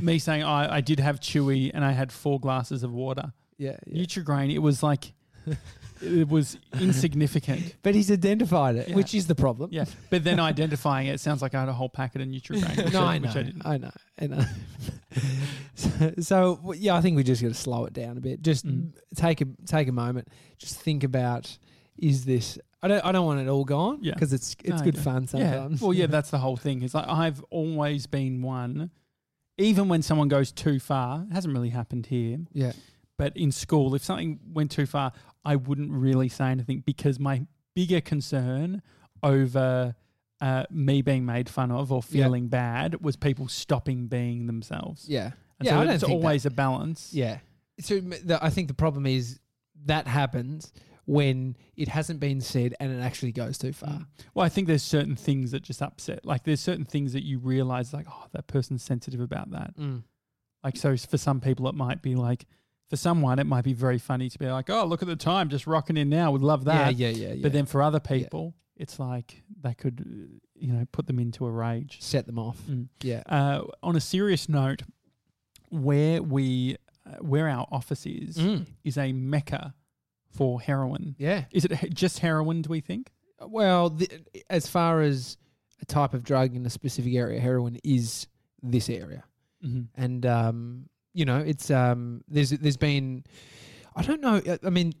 B: me saying I, I did have Chewy and I had four glasses of water.
C: yeah, yeah.
B: Nutrigrain, it was like it was insignificant.
C: <laughs> but he's identified it,
B: Yeah.
C: which is the problem.
B: Yeah, but then identifying it sounds like I had a whole packet of Nutrigrain. which
C: no, I know, Uh,
B: which didn't.
C: I know, I know. <laughs> so, so w- yeah, I think we just got to slow it down a bit. Just
B: Mm.
C: take a take a moment. Just think about is this? I don't I don't want it all gone
B: Yeah.
C: because it's it's
B: No,
C: good
B: yeah.
C: fun sometimes.
B: Yeah. Well, yeah, that's the whole thing. It's like I've always been one, even when someone goes too far, it hasn't really happened here,
C: <laughs> yeah,
B: but in school, if something went too far, I wouldn't really say anything because my bigger concern over uh, me being made fun of or
C: Yeah.
B: feeling bad was people stopping being themselves.
C: yeah,
B: And
C: Yeah,
B: so
C: I don't
B: it's
C: think that-
B: always a balance.
C: yeah. So m- the, I think the problem is that happens when it hasn't been said and it actually goes too far.
B: Mm. Well, I think there's certain things that just upset. Like there's certain things that you realize, like, oh, that person's sensitive about that.
C: Mm.
B: Like, so for some people, it might be like, for someone, it might be very funny to be like, oh, look at the time, just rocking in now. Would love that.
C: yeah, yeah, yeah, yeah.
B: But then for other people, it's like that could, uh, you know, put them into a rage.
C: set them off.
B: Mm.
C: Yeah.
B: Uh, on a serious note, where we, uh, where our office is,
C: Mm.
B: is a mecca for heroin.
C: Yeah.
B: Is it he- just heroin? Do we think?
C: Well, th as far as a type of drug in a specific area, heroin is this area,
B: Mm-hmm.
C: and um, you know, it's um, there's there's been, I don't know, I- I mean,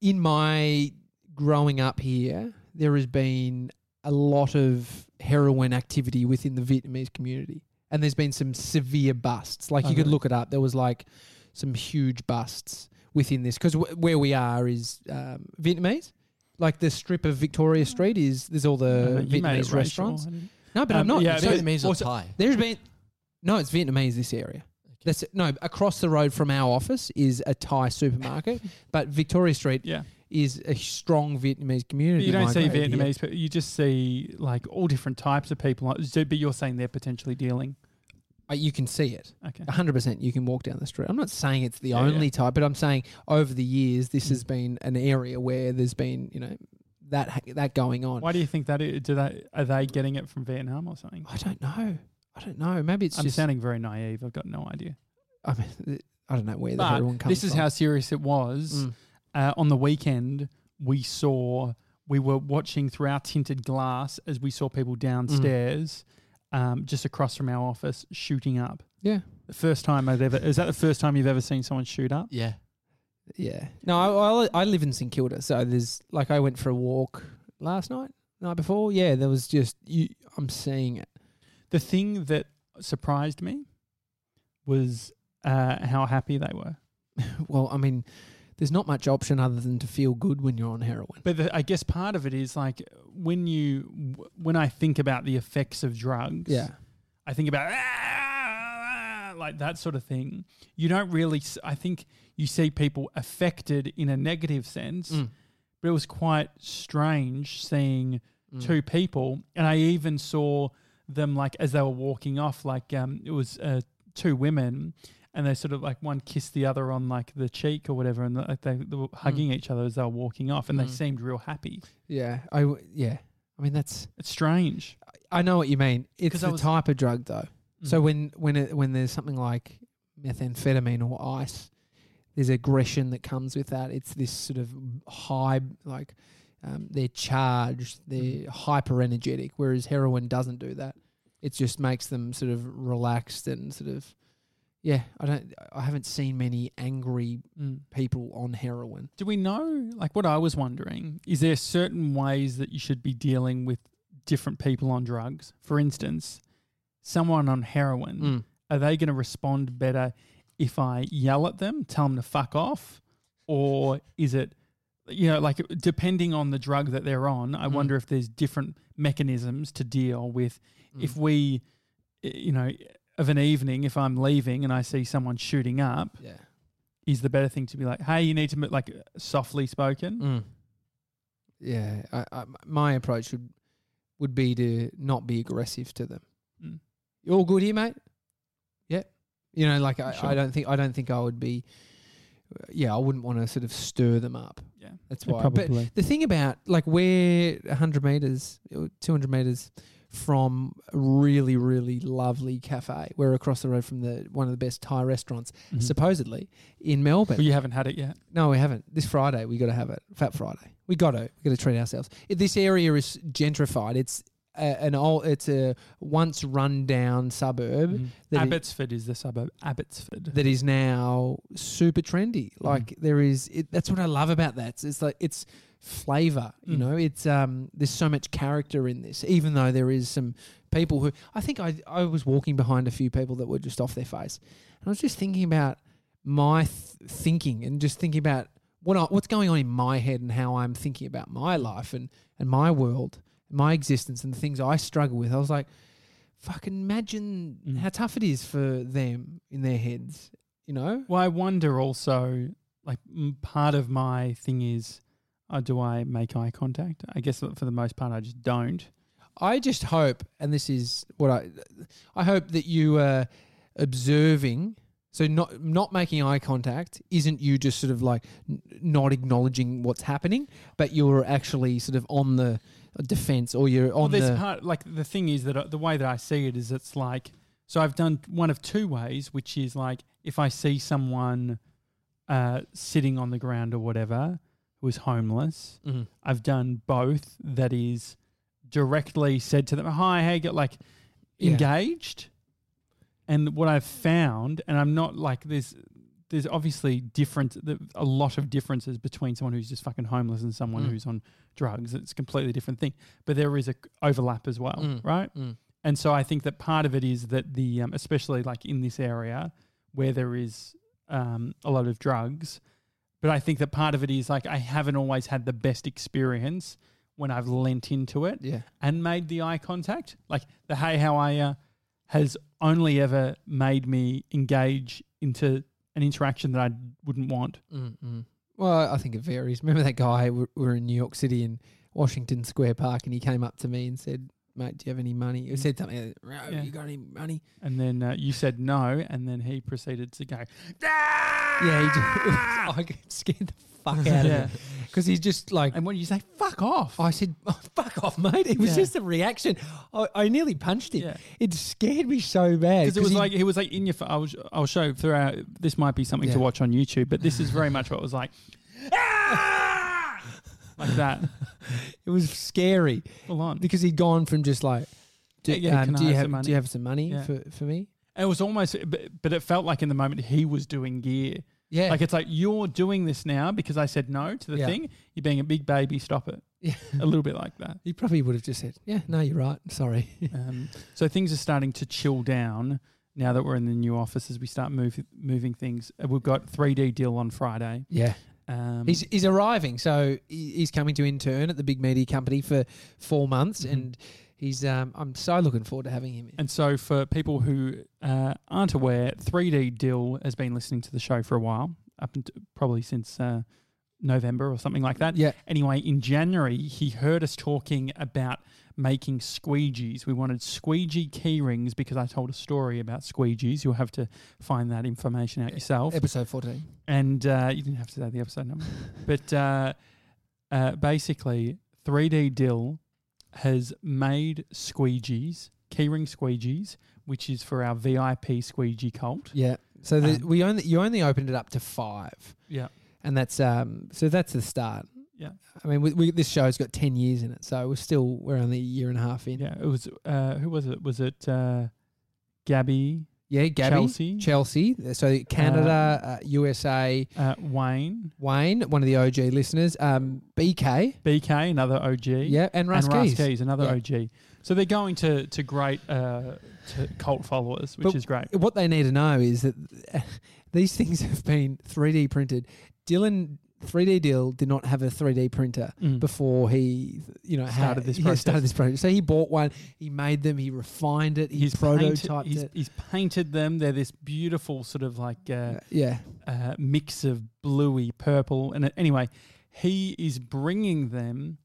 C: in my growing up here, there has been a lot of heroin activity within the Vietnamese community, and there's been some severe busts. Like
B: Oh,
C: you could
B: really?
C: look it up, there was like some huge busts within this because w- where we are is um, Vietnamese. Like the strip of Victoria
B: Mm.
C: Street is there's all the Vietnamese restaurants. No, but I'm
B: Um,
C: not.
B: yeah,
C: So
B: but-
D: Vietnamese or
B: also-
D: Thai?
C: there's been no, it's Vietnamese this area. That's no across the road from our office is a
B: <laughs>
C: Thai supermarket, but Victoria Street
B: Yeah,
C: is a strong Vietnamese
B: But
C: community.
B: you don't see
C: migrated here.
B: Vietnamese, but you just see like all different types of people. Like, so- But you're saying they're potentially dealing.
C: Uh, You can see it.
B: Okay.
C: 100% you can walk down the street. I'm not saying it's the
B: Yeah,
C: only
B: yeah.
C: type, but I'm saying over the years this
B: Mm.
C: has been an area where there's been, you know, that ha- that going on.
B: Why do you think that? Is? Do they are they getting it from Vietnam or something?
C: I don't know. I don't know. Maybe it's
B: I'm
C: just
B: sounding very naive. I've got no idea.
C: I mean th- I don't know where the
B: But
C: heroin comes
B: this is
C: from.
B: how serious it was.
C: Mm.
B: Uh, on the weekend, we saw we were watching through our tinted glass as we saw
C: Mm.
B: people downstairs, um, just across from our office, shooting up.
C: Yeah.
B: The first time I've ever is that the first time you've ever seen someone shoot up?
D: Yeah.
C: Yeah. No, I, I, I live in St Kilda, so there's like I went for a walk last night, night before. Yeah, there was just you. I'm seeing it.
B: The thing that surprised me was uh, how happy they were.
C: Well, I mean, there's not much option other than to feel good when you're on heroin.
B: But the, I guess part of it is like when you when I think about the effects of drugs,
C: Yeah.
B: I think about "Ah," like that sort of thing. You don't really. s- I think you see people affected in a negative sense,
C: Mm.
B: but it was quite strange seeing
C: Mm.
B: two people, and I even saw them like as they were walking off. Like um, it was uh, two women, and they sort of like one kissed the other on like the cheek or whatever, and like they, they were hugging each other as they were walking off, and they
C: Mm.
B: seemed real happy.
C: Yeah, I w- yeah. I mean, that's
B: It's strange.
C: I know what you mean. It's
D: 'Cause I
C: the
D: was-
C: type of drug though. So
B: Mm.
C: when when it, when there's something like methamphetamine or ice, there's aggression that comes with that. It's this sort of high like um, they're charged, they're
B: Mm.
C: hyper energetic, whereas heroin doesn't do that. It just makes them sort of relaxed and sort of yeah. I don't. I haven't seen many angry
B: Mm.
C: people on heroin.
B: Do we know, like, what I was wondering is there certain ways that you should be dealing with different people on drugs? For instance, someone on heroin,
C: Mm.
B: are they going to respond better if I yell at them, tell them to fuck off? Or is it, you know, like, depending on the drug that they're on, I
C: Mm.
B: wonder if there's different mechanisms to deal with
C: Mm.
B: if we, i- you know, of an evening, if I'm leaving and I see someone shooting up,
C: yeah.
B: is the better thing to be like, hey, you need to mo- like softly spoken.
C: Mm. Yeah, I, I, my approach would would be to not be aggressive to them.
B: Mm.
C: You all good here, mate? Yeah. You know, like I,
B: Sure.
C: I don't think I don't think I would be. uh, Yeah, I wouldn't want to sort of stir them up.
B: Yeah,
C: That's why. But the thing about like we're 100 meters, 200 meters from a really, really lovely cafe. We're across the road from the one of the best Thai restaurants,
B: Mhm.
C: supposedly in Melbourne.
B: But you haven't had it yet.
C: No, we haven't. This Friday we got to have it. Fat Friday. We got to. We got to treat ourselves. I- This area is gentrified. It's a, an old. It's a once run down suburb
B: Mm-hmm.
C: that i-
B: Abbotsford is the suburb. Abbotsford.
C: that is now super trendy. Like there is. It, that's what I love about that. It's, it's like it's flavor. You
B: Mm.
C: know, it's um. There's so much character in this, even though there is some people who I think I I was walking behind a few people that were just off their face, and I was just thinking about my th- thinking and just thinking about what I, what's going on in my head and how I'm thinking about my life and and my world, my existence, and the things I struggle with. I was like, fucking imagine
B: Mm.
C: how tough it is for them in their heads, you know?
B: well, I wonder also, like, m- part of my thing is, uh, do I make eye contact? I guess for the most part, I just don't.
C: I just hope, and this is what I, I hope that you are observing. So not not making eye contact isn't you just sort of like n- not acknowledging what's happening, but you're actually sort of on the defense or you're
B: Well,
C: on
B: there's
C: the
B: part like the thing is that uh, the way that I see it is it's like so I've done one of two ways, which is like if I see someone uh, sitting on the ground or whatever who is homeless,
C: Mhm.
B: I've done both. That is directly said to them, "Hi, how you got like
C: Yeah.
B: engaged?" And what I've found, and I'm not like there's there's obviously different the- a lot of differences between someone who's just fucking homeless and someone
C: Mm.
B: who's on drugs. It's a completely different thing, but there is a c- overlap as well,
C: Mm.
B: right?
C: Mm.
B: And so I think that part of it is that the um, especially like in this area where there is um, a lot of drugs, but I think that part of it is like I haven't always had the best experience when I've lent into it
C: yeah
B: and made the eye contact. Like the hey, how are you has only ever made me engage into an interaction that I wouldn't want.
C: Mm-mm. Mm-hmm. Well, I think it varies. Remember that guy? We we were in New York City in Washington Square Park, and he came up to me and said, "Mate, do you have any money?" He said something. Like, "Oh,
B: Mm. Yeah.
C: You got any money?
B: And then uh, you said no, and then he proceeded to go.
C: Yeah, he just, <laughs> I got scared the fuck
B: <laughs>
C: out of
B: Yeah.
C: him because he's just like.
B: And what did you say? Fuck off.
C: I said, oh, "Fuck off, mate!" It was
B: Yeah.
C: just a reaction. I, I nearly punched him.
B: Yeah.
C: It scared me so bad
B: because it was
C: he-
B: like he was like in your. fa- I was. I'll show throughout. This might be something
C: Yeah.
B: to watch on YouTube, but this is very much what it was like. "Ah!" like that,
C: <laughs>
B: <laughs>
C: it was scary
B: full on.
C: because he'd gone from just like, "Do,
B: Yeah, yeah,
C: um,
B: can I
C: do you
B: have
C: have,
B: some money?"
C: do you have some money
B: Yeah.
C: for, for me?"
B: It was almost, but, but it felt like in the moment he was doing gear.
C: Yeah,
B: Like it's like you're doing this now because I said no to the
C: Yeah.
B: thing. You're being a big baby. Stop it.
C: Yeah.
B: a little bit like
C: <laughs>
B: that.
C: He probably would have just said, "Yeah, no, you're right. Sorry." <laughs>
B: Um, so things are starting to chill down now that we're in the new office as we start move, moving things. Uh, We've got 3D deal on Friday.
C: yeah,
B: Um,
C: he's he's arriving, so he- he's coming to intern at the big media company for four months,
B: Mhm.
C: and he's um, I'm so looking forward to having him. in.
B: and so for people who uh, aren't aware, 3D Dill has been listening to the show for a while, up until probably since uh, November or something like that.
C: yeah,
B: Anyway, in January, he heard us talking about making squeegees. We wanted squeegee key rings because I told a story about squeegees. You'll have to find that information out
C: Yeah.
B: yourself.
C: Episode 14.
B: And uh, you didn't have to say the episode number. but uh, uh, basically, 3D Dill has made squeegees, keyring squeegees, which is for our VIP squeegee cult.
C: Yeah. So the,
B: Um,
C: we only you only opened it up to five.
B: Yeah.
C: And that's um so that's the start.
B: Yeah.
C: I mean, we, we, this show's got ten years in it, so we're still we're only a year and a half in.
B: Yeah, it was. Uh, who was it? Was it uh, Gabby, Um,
C: Yeah, Gabby,
B: Chelsea,
C: Chelsea. So Canada, uh, USA,
B: uh, Wayne,
C: Wayne, one of the OG listeners, um, BK,
B: BK, another OG,
C: yeah, and
B: and
C: Russ
B: Russ
C: Keys.
B: Keys, another
C: Yeah.
B: OG. So they're going to to great uh, to cult followers, which
C: But-
B: is great.
C: What they need to know is that <laughs> these things have been 3D printed. Dylan, 3D Dill, did not have a 3D printer.
B: Mm.
C: before he you know had-
B: Started this
C: yeah,
B: process.
C: started this project. So he bought one, he made them, he refined it, he prototyped
B: painted, he's,
C: it.
B: he's painted them. They're this beautiful sort of like uh,
C: yeah,
B: uh, mix of bluey purple. And uh, anyway, he is bringing them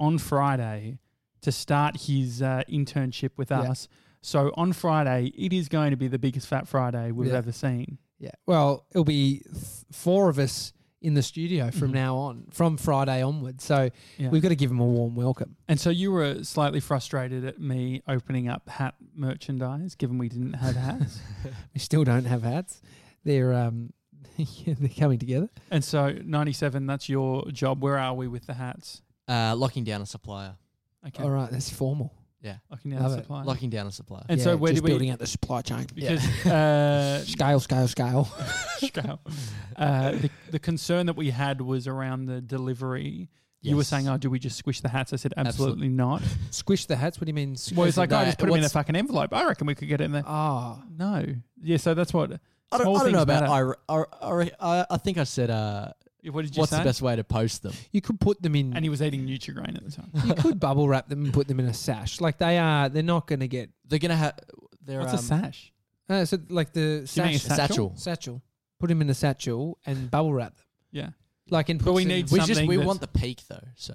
B: on Friday to start his uh, internship with
C: Yeah.
B: us. So on Friday, it is going to be the biggest Fat Friday we've
C: Yeah.
B: ever seen.
C: yeah. Well, it'll be th- four of us in the studio from
B: Mhm.
C: now on, from Friday onward. So
B: Yeah.
C: we've got to give him a warm welcome.
B: And so you were slightly frustrated at me opening up hat merchandise, given we didn't have
C: <laughs>
B: hats.
C: We still don't have hats. They're um, <laughs> yeah, they're coming together.
B: and so 97, that's your job. Where are we with the hats?
D: Uh, locking down a supplier.
B: Okay.
C: All right, that's formal.
B: Locking down the
C: Love it.
B: supply.
D: Locking down a supplier.
B: and so
C: Yeah,
B: where do
C: just
B: we?
C: building out the supply chain?
B: Because
C: <laughs>
D: <laughs>
B: <laughs> uh,
C: Scale, scale, scale. <laughs>
B: scale. Uh, the, the concern that we had was around the delivery. You were
D: Yes.
B: saying, "Oh, do we just squish the hats?" I said, "Absolutely
D: Absolutely.
B: not."
C: Squish the hats. What do you mean?
B: Well, it's like, "I
D: No,
B: just put them in a
D: what's-
B: fucking envelope." I reckon we could get it in there.
C: ah,
B: No, yeah. So that's what.
D: I don't,
B: small
D: I don't
B: things
D: know about.
B: matter.
D: I, re- I, re- I, I think I said. Uh,
B: What did you
D: what's
B: say?
D: the best way to post them?
C: you could put them in.
B: And he was eating Nutrigrain at the time.
C: you could bubble wrap them and put them in a sash. Like they are, they're not going to get.
D: They're gonna have. They're
B: What's
D: um,
B: a sash?
C: Uh, so like the
B: Do you mean a
C: sash,
B: satchel?
D: satchel.
C: satchel. Put them in a satchel and bubble wrap them.
B: Yeah,
C: Like in.
B: But we need-
D: We just
B: Something
D: we
B: that's-
D: want the peak though. So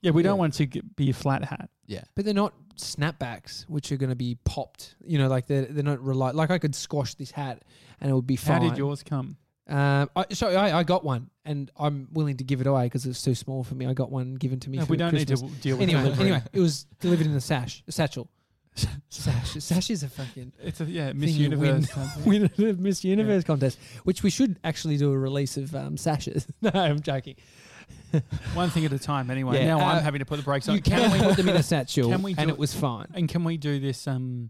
B: yeah. We
C: Yeah.
B: don't want to get, be a flat hat.
D: yeah,
C: But they're not snapbacks, which are going to be popped. You know, like they're they're not rely. Like I could squash this hat and it would be fine.
B: How did yours come?
C: Um, I, so I, I got one, and I'm willing to give it away because it's too small for me. I got one given to me.
B: No,
C: for
B: we don't
C: Christmas.
B: need to deal with
C: Anyway,
B: delivery.
C: anyway, it was delivered in a sash,
B: <laughs>
C: a satchel. sash, sash is a fucking.
B: It's a yeah Miss
C: Thing you win.
B: Universe. type thing.
C: <laughs> winner of Miss Universe contest, which we should actually do a release of um, sashes. <laughs> no, I'm joking.
B: One thing at a time. Anyway,
C: Yeah.
B: now
C: Uh,
B: I'm having to put the brakes on.
C: you can
B: Can we,
C: put them in
B: <laughs>
C: a satchel,
B: can we
C: and
B: do
C: it was fine.
B: and can we do this? Um,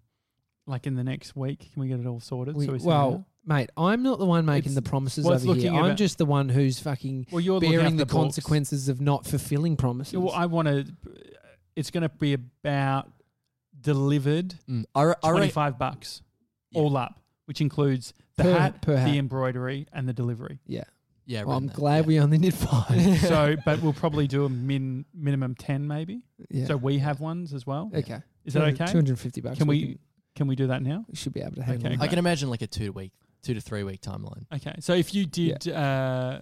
B: like in the next week, can we get it all sorted? we
C: We-
B: send it out?
C: well, mate, I'm not the one making
B: It's-
C: the promises
B: well, it's
C: over here.
B: looking
C: I'm
B: about-
C: just the one who's fucking
B: Well, you're looking
C: bearing
B: after
C: the,
B: books.
C: consequences of not fulfilling promises.
B: Yeah, well, I want to. It's going to be about delivered
D: Mm. I, re- I, re-
B: twenty-five bucks
D: Yeah.
B: all up, which includes the
C: Per-
B: hat,
C: per hat.
B: the embroidery, and the delivery.
D: yeah.
C: Well,
D: around
C: I'm
D: that,
C: glad
D: yeah.
C: we only did
B: <laughs>
C: five.
B: so, but we'll probably do a min minimum ten, maybe.
C: yeah.
B: So we have ones as well.
C: okay.
B: Is that okay?
C: Two hundred fifty bucks.
B: Can we- Can we do that now?
C: we should be able to handle.
B: Okay,
C: it.
D: I can imagine like a two to week, two to three week timeline.
B: Okay. So if you did uh,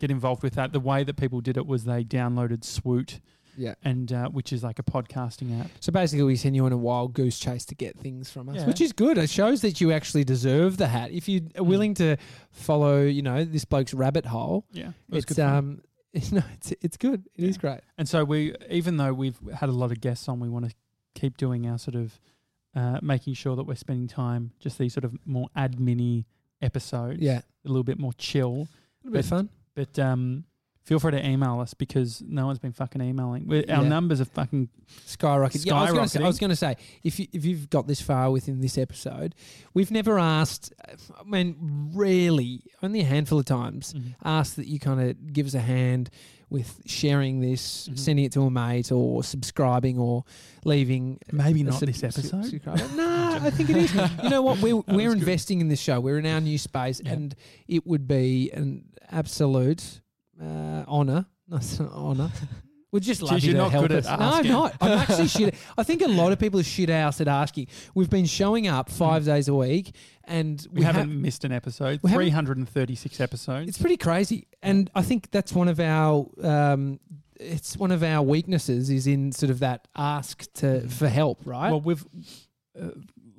B: get involved with that, the way that people did it was they downloaded Swoot,
C: Yeah.
B: and uh, which is like a podcasting app.
C: So basically, we send you on a wild goose chase to get things from us,
B: Yeah.
C: which is good. It shows that you actually deserve the hat if you
B: Hmm.
C: are willing to follow. You know this bloke's rabbit hole.
B: Yeah, it was
C: It's
B: good fun.
C: um, <laughs> no, it's it's good. It is
B: Yeah.
C: great.
B: And so we, even though we've had a lot of guests on, we want to keep doing our sort of uh, making sure that we're spending time just these sort of more admin episodes,
C: Yeah,
B: a little bit more chill.
C: it'll be
B: But-
C: fun.
B: But um, feel free to email us because no one's been fucking emailing. we Our
C: Yeah.
B: numbers are fucking
C: Skyrocket. Yeah, I was gonna say- I
B: Skyrocketing.
C: was going to say, if you if you've got this far within this episode, we've never asked. I mean, rarely, only a handful of times. ask that you kind of give us a hand with sharing this,
B: Mhm.
C: sending it to a mate, or subscribing, or leaving.
B: maybe
C: a
B: not
C: sub-
B: this
C: sub-
B: episode. <laughs>
C: subscriber. <laughs> no, I think it is. You know what? We're
B: That
C: we're
B: was good.
C: investing in this show. We're in our new space,
B: Yeah.
C: and it would be an absolute uh, honor. <laughs> No, it's not honor. We'd just love
B: Geez,
C: you
B: you're
C: to
B: not
C: help
B: good at
C: us. no, I'm
B: asking.
C: not.
B: <laughs>
C: I'm actually shit. I think a lot of people are shit ass at asking. We've been showing up five days a week, and
B: Hmm. We,
C: we, haven't.
B: haven't missed an episode.
C: we haven't-
B: 336 episodes.
C: It's pretty crazy, and I think that's one of our um, it's one of our weaknesses is in sort of that ask to for help, right?
B: Hmm. Well, we've uh,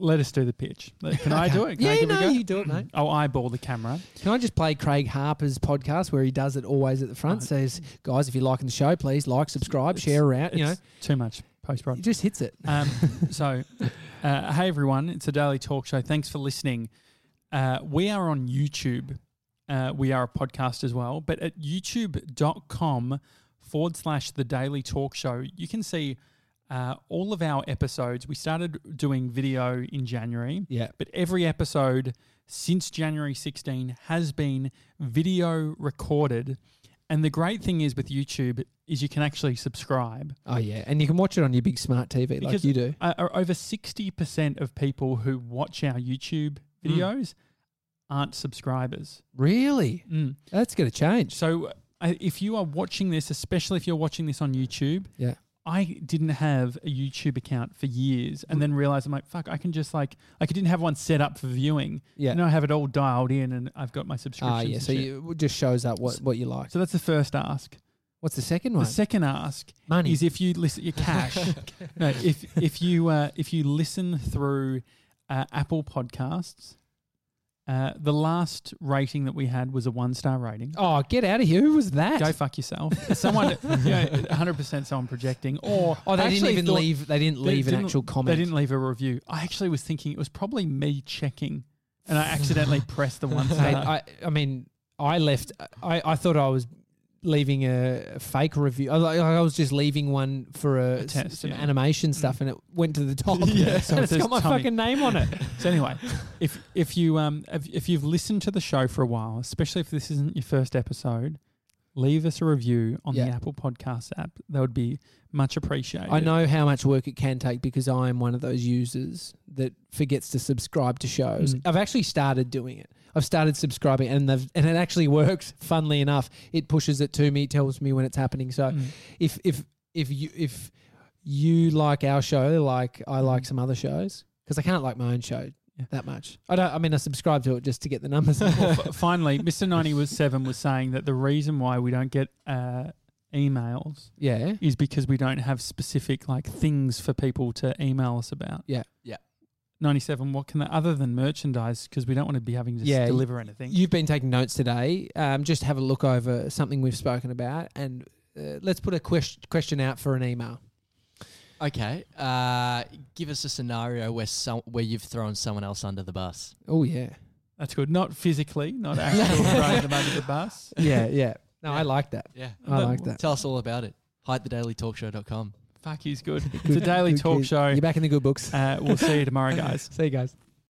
B: let us do the pitch. Let- Can I
C: <laughs>
B: do it? Can I
C: yeah,
B: give it a
C: no,
B: go?
C: you do it, mate.
B: I'll eyeball the camera.
C: Can I just play Craig Harper's podcast where he does it always at the front?
B: Oh.
C: Says, guys, if you're liking the show, please like, subscribe,
B: It's-
C: share around. You know,
B: It's too much post
C: he <laughs>
B: production.
C: just hits it.
B: Um, so, uh, hey everyone, it's a daily talk show. Thanks for listening. Uh, we are on YouTube. Uh, we are a podcast as well, but at youtube.com forward slash the daily talk show, you can see uh, all of our episodes. We started doing video in January,
C: Yeah,
B: but every episode since January 16 has been video recorded. And the great thing is with YouTube is you can actually subscribe.
C: oh yeah, and you can watch it on your big smart TV like
B: Because-
C: you do.
B: Uh, are over 60% of people who watch our YouTube
C: Mm.
B: videos aren't subscribers.
C: Really,
B: Mm.
C: that's going to change.
B: So uh, if you are watching this, especially if you're watching this on YouTube,
C: Yeah.
B: I didn't have a YouTube account for years and then realized I'm like, fuck, I can just like, like I didn't have one set up for viewing.
C: Yeah.
B: Now I have it all dialed in and I've got my subscriptions.
C: Ah, yeah.
B: and
C: So
B: shit.
C: you, it just shows up what, what you like.
B: so that's the first ask.
C: What's the second one?
B: The second ask
C: Money.
B: is if you listen
C: <laughs>
B: your cash. no, if if you uh, if you listen through uh, Apple Podcasts, uh, the last rating that we had was a one star rating.
C: oh, get out of here! Who was that?
B: Go fuck yourself.
C: <laughs>
B: Someone, you know, 100% someone projecting, or
C: oh, they
B: I
C: didn't
B: actually
C: even
B: thought-
C: leave. They didn't
B: they
C: leave an
B: didn't-
C: actual
B: They
C: comment.
B: didn't leave a review. I actually was thinking it was probably me checking, and I accidentally pressed the one <laughs>
C: Mate, <laughs>
B: star.
C: I, I mean, I left. I, I thought I was leaving a fake review. I, like, I was just leaving one for a, s-
B: test,
C: some
B: yeah. Mm.
C: animation stuff, and it went to the top.
B: <laughs> Yeah, so
C: <laughs> so
B: it
C: it's
B: says
C: got my
B: tummy.
C: fucking
B: <laughs>
C: name on it.
B: So anyway, if if you um if, if you've listened to the show for a while, especially if this isn't your first episode, leave us a review on
C: Yeah.
B: the Apple Podcast app. That would be much appreciated.
C: I know how much work it can take because I am one of those users that forgets to subscribe to shows.
B: Mm.
C: I've actually started doing it. I've started subscribing, and they've, and it actually works. Funnily enough, it pushes it to me, tells me when it's happening. So
B: Mm.
C: if if if you if you like our show like I like some other shows because I can't like my own show
B: Mm. Yeah.
C: that much. I don't. I mean, I subscribe to it just to get
B: <laughs>
C: the numbers. <laughs>
B: Well, f- finally, Mister Ninety was seven was saying that the reason why we don't get uh, emails
C: yeah.
B: is because we don't have specific like things for people to email us about.
C: Yeah.
D: Yeah.
B: Ninety seven. What can they, other than merchandise? Because we don't want to be having to s-
C: Yeah,
B: deliver anything.
C: You've been taking notes today. Um, just have a look over something we've spoken about, and uh, let's put a quest- question out for an email.
D: Okay. Uh, give us a scenario where some, where you've thrown someone else under the bus.
C: Oh yeah,
B: That's good. Not physically, not actually throwing them under the bus. <laughs>
C: yeah, yeah. No,
D: Yeah.
C: I like that.
D: Yeah.
C: I
B: Look,
C: like that.
D: Tell us all about it. HideTheDailyTalkShow.com.
B: Fuck, he's good. It's a daily
C: Good
B: talk
C: kid.
B: show.
C: You're back in the good books.
B: Uh, we'll see you tomorrow, guys.
C: <laughs> See you guys.